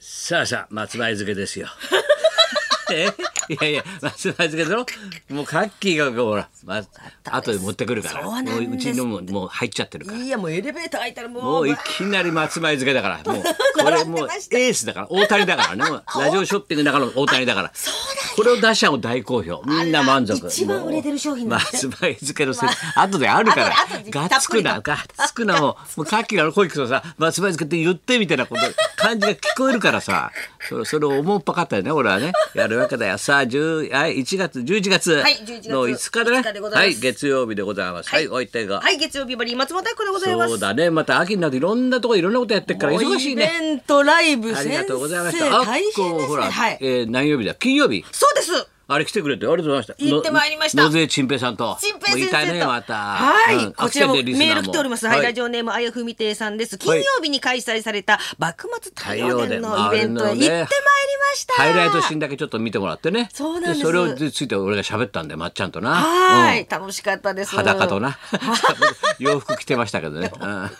さあさあ松前漬けですよ えいやいや松前漬けだろもうカッキーがほら、ま、後で持ってくるからそうなんもうでちすのももう入っちゃってるからいやもうエレベーター開いたらもうもういきなり松前漬けだ からもうこれもうエースだから大谷だからねもうラジオショッピングの中の大谷だからこれを出しちゃもう大好評みんな満足あら一番売れてる商品もうなんです松前漬けの 説後であるから後で後でがっつくながっつくなもうもうカッキーがあの小池とさ松前漬けって言ってみたいなこと感じが聞こえるからさそれそれを思うっぱかったよね俺はねやるわけだよさあ10あ1月11月はい11月の5日だ5日でねござはいますい月曜日でございますはいおいてがはい月曜日バリー松本明子でございますそうだねまた秋になるといろんなとこいろんなことやってるから忙しいもねうイベントライブあ先り生がとうございましたあ大っ変ですこねほら、はいえー何曜日だ金曜日そうですあれ来てくれてありがとうございました行ってまいりました野勢陳平さんと陳平先もういた生ねとまたはい、うんこちら飽もメきてるリスナール来ておりますはい、はいラジオネームあやふみていさんです金曜日に開催された幕末太陽太陽伝伝のイベントまへああ行れのねってまいりましたハイライトシーンだけちょっと見てもらってねそうなんですそれをついて俺が喋ったんでまっちゃんとなはい、うん楽しかったです裸とな 洋服着てましたけどね、うん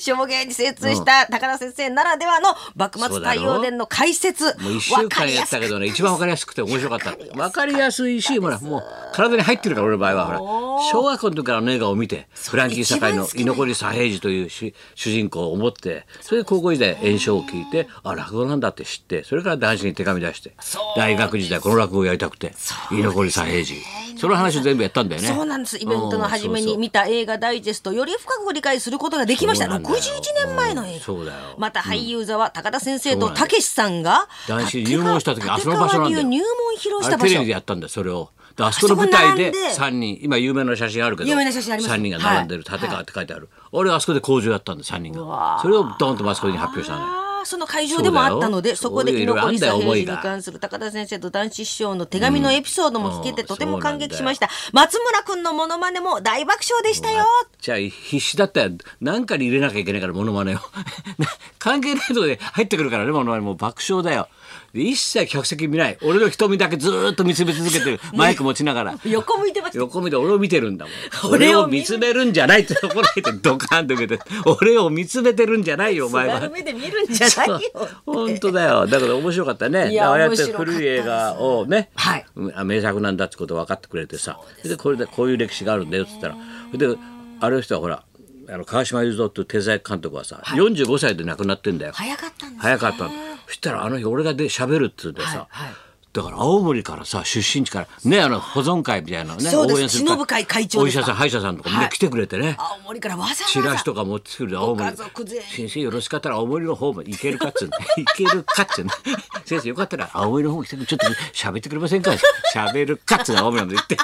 証言に精通した高田先生ならではの幕末太陽伝の解説もう1わ週か間りややっすたくけどね一番わかりやすくて面白かったわかりやすいしほらもう体に入ってるから俺の場合はほら小学校の時からあの映画を見てフランキー・サカイの一番好き居残り左平次という主主人公を思ってそれで高校時代演唱を聞いてあ落語なんだって知ってそれから男子に手紙出して大学時代この落語をやりたくて居残り左平次その話を全部やったんだよねそうなんですイベントの初めうんそうにそう見た映画ダイジェストをより深く理解することができましたそうなんだよ61年前の映画そうだよまた俳優座は高田先生そうとなんだよたけしさんが男子入門した時あその場所なんだよ立川流入門披露しあたれ場テレ所ビでやったんだよそれをであそこの舞台であそこ並んで3人今有名な写真あるけど有名な写真あります3人が並んでるはい立川って書いてある、俺あそこで工場やったんだ3人がそれをドーンとマスコミに発表したのよあーその会場でもあったのでそそうこだよで居残りそういう色々あんだよ左平次思いにが関する高田先生と男子師匠の手紙のエピソードも聞けてうんとても感激しました松村君のモノマネも大爆笑でしたよじゃあ必死だったよ何かに入れなきゃいけないからモノマネを 関係ないとこで入ってくるからねモノマネもう爆笑だよで一切客席見ない俺の瞳だけずーっと見つめ続け てるマイク持ちながら横向いてました横見て俺を見てるんだもん俺 俺をを見見つめるんじゃないって 怒られてドカーンと受けて俺を見つめてるんじゃないよお前は丸目で見るんじゃな いよそう本当だよだから面白かったねいやだからああやって面白かった古い映画をね、はいうんあ名作なんだってこと分かってくれてさで,、これでこういう歴史があるんだよって言ったらであれ人はほらあの川島雄三っていう天才監督はさ、45歳で亡くなってんだよ早かったんですね早かったのそしたらあの日俺がで喋るっつうんでさ、はいはいだから青森からさ出身地からねあの保存会みたいなのねそうです応援する忍会会長おで医すか者さん歯医者さんとかみんな来てくれてね、青森からわざわざチラシとか持ってくるで青森ご家族全員先生よろしかったら青森の方も行けるかっつうの 行けるかっつうの 先生よかったら青森の方来てくれちょっと喋ってくれませんか喋るかっつうの青森まで行 って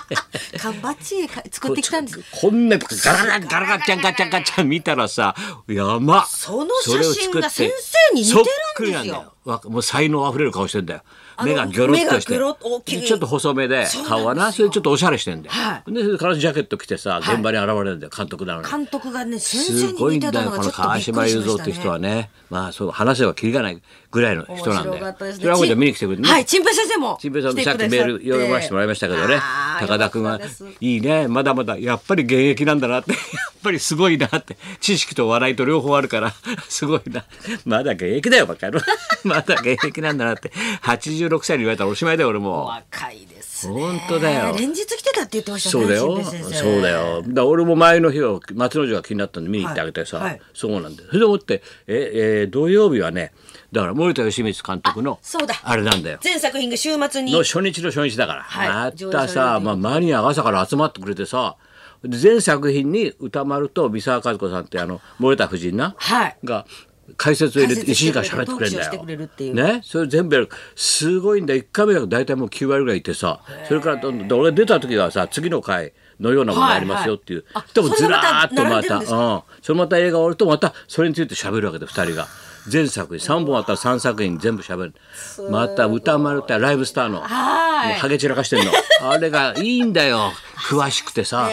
缶バッチ作ってきたんです。こんなガラガラガラガラちゃんガチャンガチャン見たらさ山そのそれを写作って真が先生に似てるんですよそっくりなんだわもう才能あふれる顔してんだよ目がギョロッとして目がギョロッ大きいちょっと細めでそうなんですよ顔はなそれでちょっとおしゃれしてんだよ、はいでそれで彼女ジャケット着てさ現場に現れるんだよ監督なのに監督がね先生すにごい似んてだたよのがこちょのっと川びっ島くりし雄ま三っしたて人はね。ねまあそう話せばきりがないぐらいの人なん面で白かったですそれはこれじゃ見に来てくれるね、はい、陳平先生も。新平さんもさっきメール読ませてもらいましたけどねあー高田君よはかったですいいねまだまだやっぱり現役なんだなって やっぱりすごいなって知識と笑いと両方あるから すごいなまだ現役だよバカ野郎 まだ現役なんだなって86歳に言われたらおしまいだよ俺も若いですね。本当だよ連日来てたって言ってましたね。そうだよ陳平先生そうだ。よだから俺も前の日は松之丞が気になったんで見に行ってあげてさ、はいはいそうなんでそれでもってえ、えー土曜日はねだから森田義満監督のそうだあれなんだよ全作品が週末にの。初日の初日だから、はいまた上映ささ、れるまあ、マニアが朝から集まってくれてさで全作品に歌丸と三沢和子さんってあの森田夫人な、はいが解説を入れて1時解説して間くれる喋ってくれるんだトークショーしてくれるっていよ。うねそれ全部やるすごいんだ1回目が大体もう9割ぐらいいてさそれからどんどんで俺が出た時はさ次の回のようなものがありますよっていう、はいはいあでもずらーっとそれまた並まんでたるんですかうん、それまた映画終わるとまたそれについて喋るわけで2人が全作品3本あったら3作品全部喋るまた歌丸ってライブスターのはいもうハゲ散らかし てんのあれがいいんだよ詳しくてさ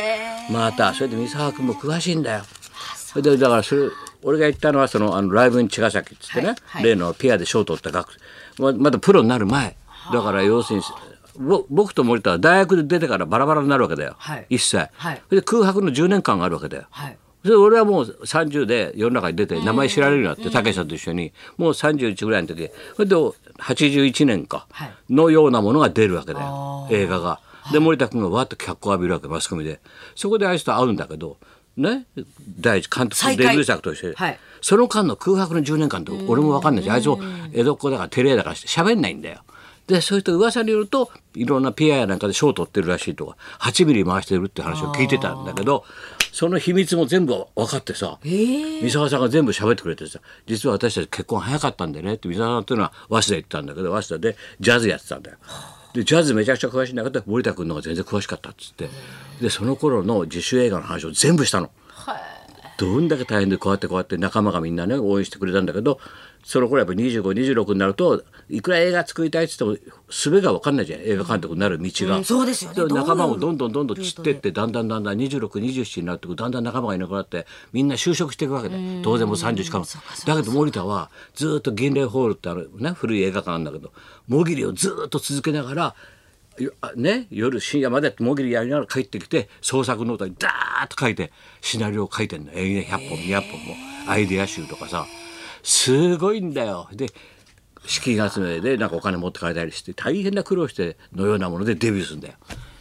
またそれで三沢君も詳しいんだよそれでだからそれ俺が言ったのはそのあのライブイン茅ヶ崎っつってね、はいはい例のピアで賞を取った学ままだプロになる前だから要するにぼ僕と森田は大学で出てからバラバラになるわけだよ、はい一切、はいそれで空白の10年間があるわけだよ、はいそれで俺はもう30で世の中に出て名前知られるようになってたけしさんと一緒にもう31ぐらいの時それで81年かはいのようなものが出るわけだよ映画が。で森田君がわっと脚光を浴びるわけマスコミでそこであいつと会うんだけどね第一監督再の会デビュー作として、はいその間の空白の10年間と俺も分かんないしあいつも江戸っ子だから照れ屋だから喋んないんだよ。でそういう人噂によるといろんな PR なんかで賞取ってるらしいとか8ミリ回してるって話を聞いてたんだけどその秘密も全部分かってさ、三沢さんが全部喋ってくれてさ実は私たち結婚早かったんでねって三沢さんっていうのは早稲田行ったんだけど早稲田でジャズやってたんだよ。でジャズめちゃくちゃ詳しいんだけど森田君の方が全然詳しかったっつってでその頃の自主映画の話を全部したの。どんだけ大変でこうやってこうやって仲間がみんなね応援してくれたんだけどその頃やっぱ2526になるといくら映画作りたいっつっても術が分かんないじゃん映画監督になる道が、うんそうですよねだから仲間もどどんどんどんどん散ってってだんだんだんだん2627になってくるだんだん仲間がいなくなってみんな就職していくわけで当然もう30しかもだけど森田はずっと銀霊ホールってあるね古い映画館なんだけどもぎりをずっと続けながらよあね、夜深夜までもぎりやりながら帰ってきて創作ノートにダーッと書いてシナリオを書いてんの永遠100本200本もアイデア集とかさすごいんだよで資金集めでなんかお金持って帰ったりして大変な苦労してのようなものでデビューするんだよ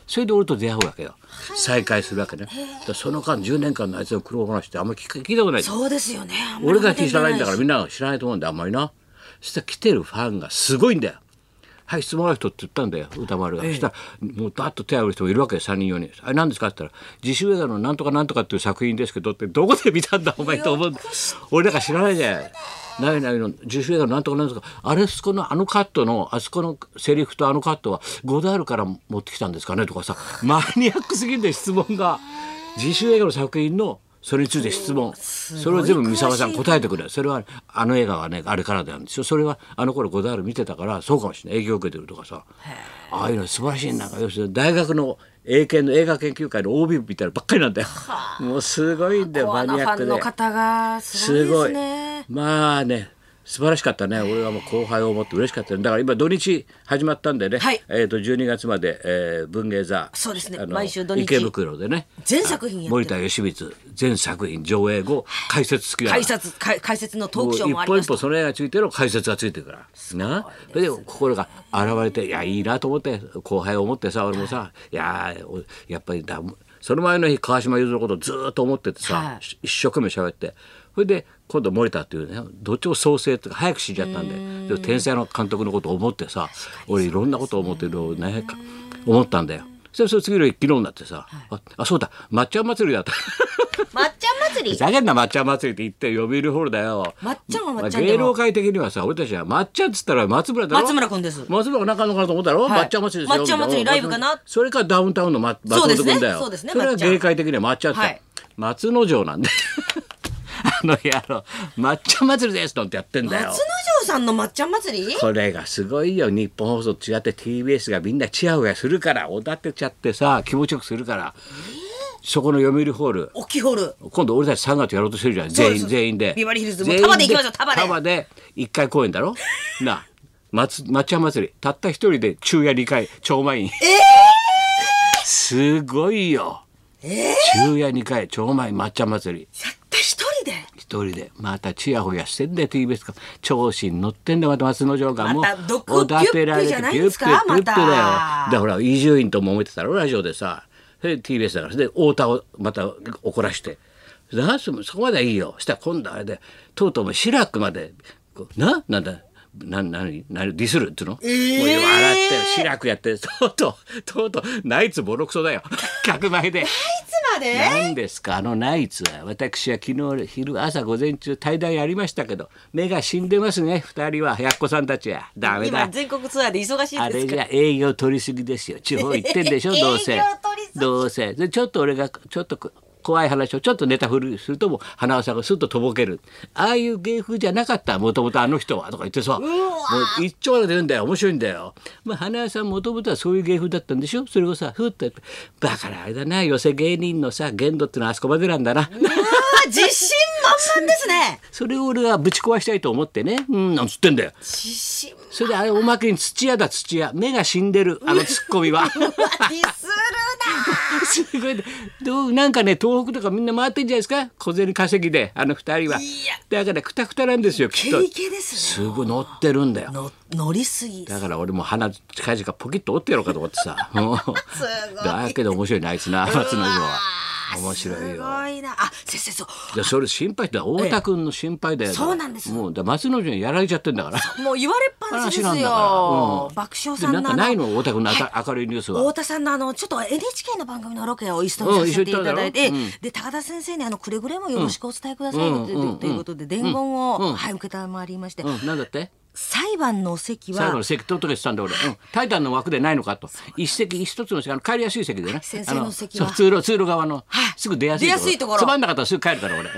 それで俺と出会うわけよ再会するわけねだからその間10年間のあいつの苦労話ってあんまり聞か聞いたことないそうですよねあんまり俺が知らないんだから出みてんなが知らないと思うんだよあんまりなそしたら来てるファンがすごいんだよはい質問ある人って言ったんだよ歌丸が、そしたらもうバッと手を挙げる人もいるわけよ3人4人「あれ何ですか?」って言ったら「自主映画のなんとかなんとかっていう作品ですけど」ってどこで見たんだお前と思うんだ俺なんか知らないじゃんないないの自主映画のなんとかなんとかあれそこのあのカットのあそこのセリフとあのカットはゴダールから持ってきたんですかねとかさマニアックすぎるんだよ質問が自主映画の作品のそれについて質問それを全部三沢さん答えてくれそれはあの映画はねあれからなんですよそれはあの頃ゴダール見てたからそうかもしれない影響を受けてるとかさああいうの素晴らしいなんか要するに大学の英検の映画研究会の OB みたいなのばっかりなんだよもうすごいんだよコマアなニフアッァクンでの方がすすごごいですいね。まあね素晴らしかったね俺はもう後輩を思って嬉しかったよだから今土日始まったんでね、はいえー、と12月まで、えー文芸座そうですねあの毎週土日池袋でね全作品やってる森田義満全作品上映後解説付きだから解説解解説のトーもうクショー一もあり歩ま一し歩そた。の絵がついての解説がついてるからなそれで心が現れていやいいなと思って後輩を思ってさ俺もさいやーおやっぱりだその前の日川島ゆずのことずーっと思っててさ、はいし一生懸命喋ってそれで今度森田っていうねどっちも創生とか早く死んじゃったんででも天才の監督のことを思ってさ俺いろんなことを思ってるをねか思ったんだよ。それそれ次の日昨日になってさ、ああそうだ抹茶祭りだった。まっちゃん祭ふり。ざけんな抹茶祭りって言って呼び入りホールだよ。まっちゃんはままっあちゃんで芸も能界的にはさ俺たちは抹茶っつったら松村だろ松村君です。松村が中野かなと思ったろ、はい抹茶祭りですよ抹茶祭りみたいライブかなそれからダウンタウンのま松そうで本すね君だよそうですねそれ抹は茶芸界的には抹茶って、はい松之丞なんで あの野郎抹茶祭りですなんてやってんだよ松之丞さんのまっちゃん祭り？これがすごいよ日本放送と違って TBS がみんなチヤホヤするからおだてちゃってさ気持ちよくするから、そこの読売ホール大きいホール。今度俺たち3月やろうとしてるじゃんそう全です員全員でビバリーヒルズ全員もう束で行きましょう束で束で1回公演だ ろなあ松町山祭りたった一人で昼夜2回超満員えすごいよ、昼夜2回超満員抹茶祭りたった一人で。一人でまたチヤホヤしてんだよ TBS か調子に乗ってんだよまた松之丞がもうまた毒ピュッピュじゃないんですかピュッピュッピュッピュッだよだまかたらほら伊集院とも揉めてたろラジオでさそれで TBS だからそれで太田をまた怒らしてなそそこまではいいよそしたら今度あれでとうとうもう志らくまでこうななんだななになにディスるっていうの、ーもう笑って志らくやってとうとうとうとうナイツボロクソだよ客前で。いつまで？何ですかあのナイツは私は昨日昼朝午前中対談やりましたけど目が死んでますね二人はやっこさんたちはダメ今だ全国ツアーで忙しあいでれすかじら。ゃ営業取りすぎですよ地方行ってんでしょ 営業どうせ取りすぎどうせでちょっと俺がちょっとこ怖い話をちょっとネタ振りするともう花輪さんがすっととぼけるああいう芸風じゃなかったもともとあの人はとか言ってさもう一丁で出るんだよ面白いんだよ、まあ、花輪さんもともとはそういう芸風だったんでしょそれをさふっとやってだからあれだな寄せ芸人のさ限度ってのはあそこまでなんだな。あー自信満さんですね。それを俺はぶち壊したいと思ってねうんなんつってんだよ自信満それであれおまけに土屋だ土屋目が死んでるあのツッコミ はディスる な。すごいねどうなんかね東北とかみんな回ってんじゃないですか小銭稼ぎであの二人はいだやからくたくたなんですよきっと経験ですすね。ごい乗ってるんだよの乗りすぎ。だから俺も鼻近々ポキッと折ってやろうかと思ってさもうごいだけど面白いなあいつな松野城はうわー面白いよすごいな。あ先生そう。でそれ心配だ太田君の心配だよ、そうなんですもうだ松野城にやられちゃってんだからもう言われっぱなしです話なんだからよ。うん爆笑でさんなのんあかのないの太田君の明,、明るいニュースは太田さんのあのちょっと NHK の番組のロケを一緒にさせていただいて、うん一緒に行ったんだろで高田先生にあのくれぐれもよろしくお伝えくださいうんと,、うんいうことで伝言を、うんうんはい受けたまりまして、うんなんだって裁判の席最後はの席取っとけって言ったんだ俺、うん、タイタンの枠でないのかと一席一つの席あの帰りやすい席でね先生の席はあそう通路通路側の、はいすぐ出やすい出やすいところつまんなかったらすぐ帰るから俺、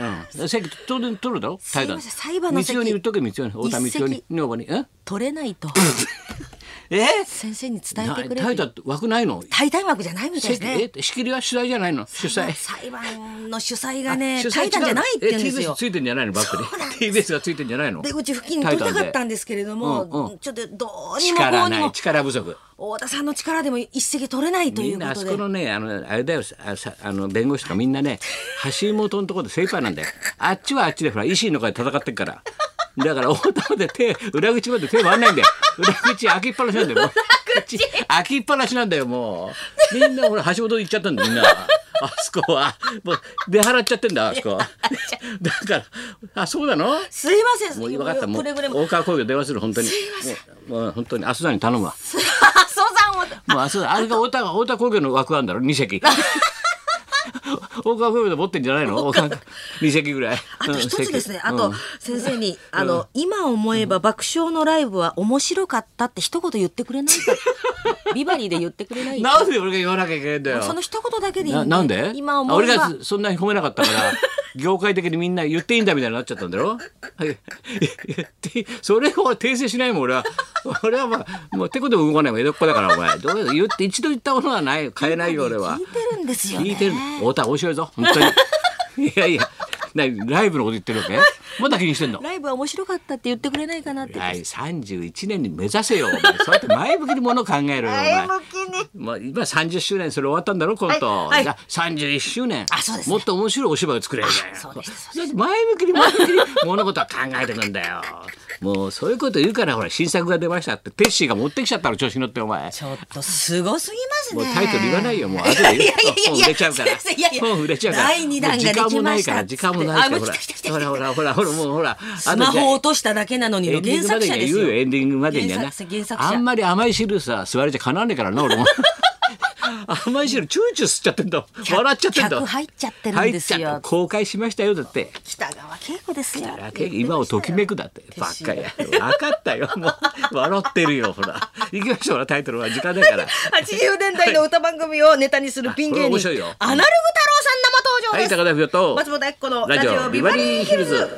うん、席当然取るだろすタいイタンません裁判の席道夫に言っとけ道夫に太田一席道夫に女房にえ取れないとえ先生に伝えてくれタイタンとって枠ないの大体幕じゃないみたいです席ね。え仕切りは取材じゃないの主催裁判の主催がね主催対談じゃないって言うん違でうのすえ TBS よ。ついてんじゃないのバックそうなんですに TBS がついてんじゃないのでうち付近に取りたかったんですけれども、うんうんちょっとどうにもこ力うにないも力不足太田さんの力でも一席取れないといみうんこなあとそでこのねあのあれだよあさあの弁護士とかみんなね橋本のところで精一杯なんだよあっちはあっちでほら維新の会で戦ってっからだから大田まで手裏口まで手回んないんだよ裏口開きっぱなしなんだよもう口開きっぱなしなんだよもうみんなほら橋本行っちゃったんだよみんなあそこはもう出払っちゃってんだあそこだからあそうなのすいませんもう分かったもうくれぐれも大川工業電話する本当にすいませもうもう本当に阿須田に頼むわ阿蘇山をもうあそうだあれが太田太田工業の枠あんだろ2席 大川工業で持ってんじゃないの2席ぐらいあと一つですね、うんあと先生に、あの今思えば爆笑のライブは面白かったって一言言ってくれな いかビバリーで言ってくれないかなんで俺が言わなきゃいけないんだよその一言だけでいいななんで今あ思俺えばがそんなに褒めなかったから 業界的にみんな言っていいんだみたいになっちゃったんだろはい 言っていいそれを訂正しないもん俺は俺はまあもうてこでも動かないもん江戸っ子だからお前どう言って一度言ったものはない変えないよ俺は聞いてるんですよね聞いてる太田面白いぞ本当 にいやいやなライブのこと言ってるわけまだ気にしてんのライブは面白かったって言ってくれないかなってはい、31年に目指せよお前そうやって前向きにものを考えろよお前まあ、今30周年それ終わったんだろコント、はいはいじゃあ31周年あそうですねもっと面白いお芝居を作れるじゃないそうでしただって前向きに前向きに物事を考えてくんだよもうそういうこと言うからほら新作が出ましたってテッシーが持ってきちゃったの調子に乗ってお前ちょっとすごすぎますもうねタイトル言わないよもう後いやでいやい言うや本売れちいやゃうから先生いやいや本売れちゃうから第二弾がもでう時間きもなまいしかたらっつって時間もないかあらもほうら来た来た来たほらほらほらほらもうほらスマホをを落としただけなのにエのンディン原グま作でには者です言うよよエンディングまでには原ね作者原作者あんまり甘い汁さ吸われちゃかなわねえからな 俺も甘い汁チューチュー吸っちゃってんだ笑っちゃってんだ客入っちゃってるんですよ入っちゃって公開しましたよだって北川景子ですよ今をときめくだってばっかりや分かったよもう笑ってるよほら行きましょうほらタイトルは時間だから80年代の歌番組をネタにするピンあ芸これ面人、白いよアナログ太郎さん生登場はでいす、高田不と松本明子のララジジオオビビババリリーーヒヒルルズズ。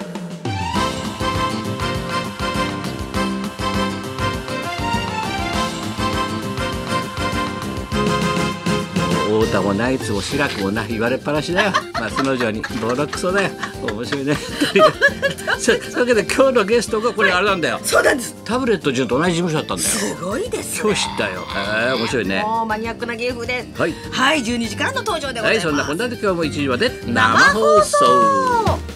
太田もナイツも白くもない言われっぱなし だよ松之丞にボロクソだよ面白いね そそういうわけで今日のゲストがこれあれなんだよそうなんですタブレット順と同じ事務所だったんだよすごいです、今ね、日知ったよへえ面白いねもうマニアックな芸風でははいい、12時からの登場でごはざいいます、そんなこんなで今日も1時まで生生放放送送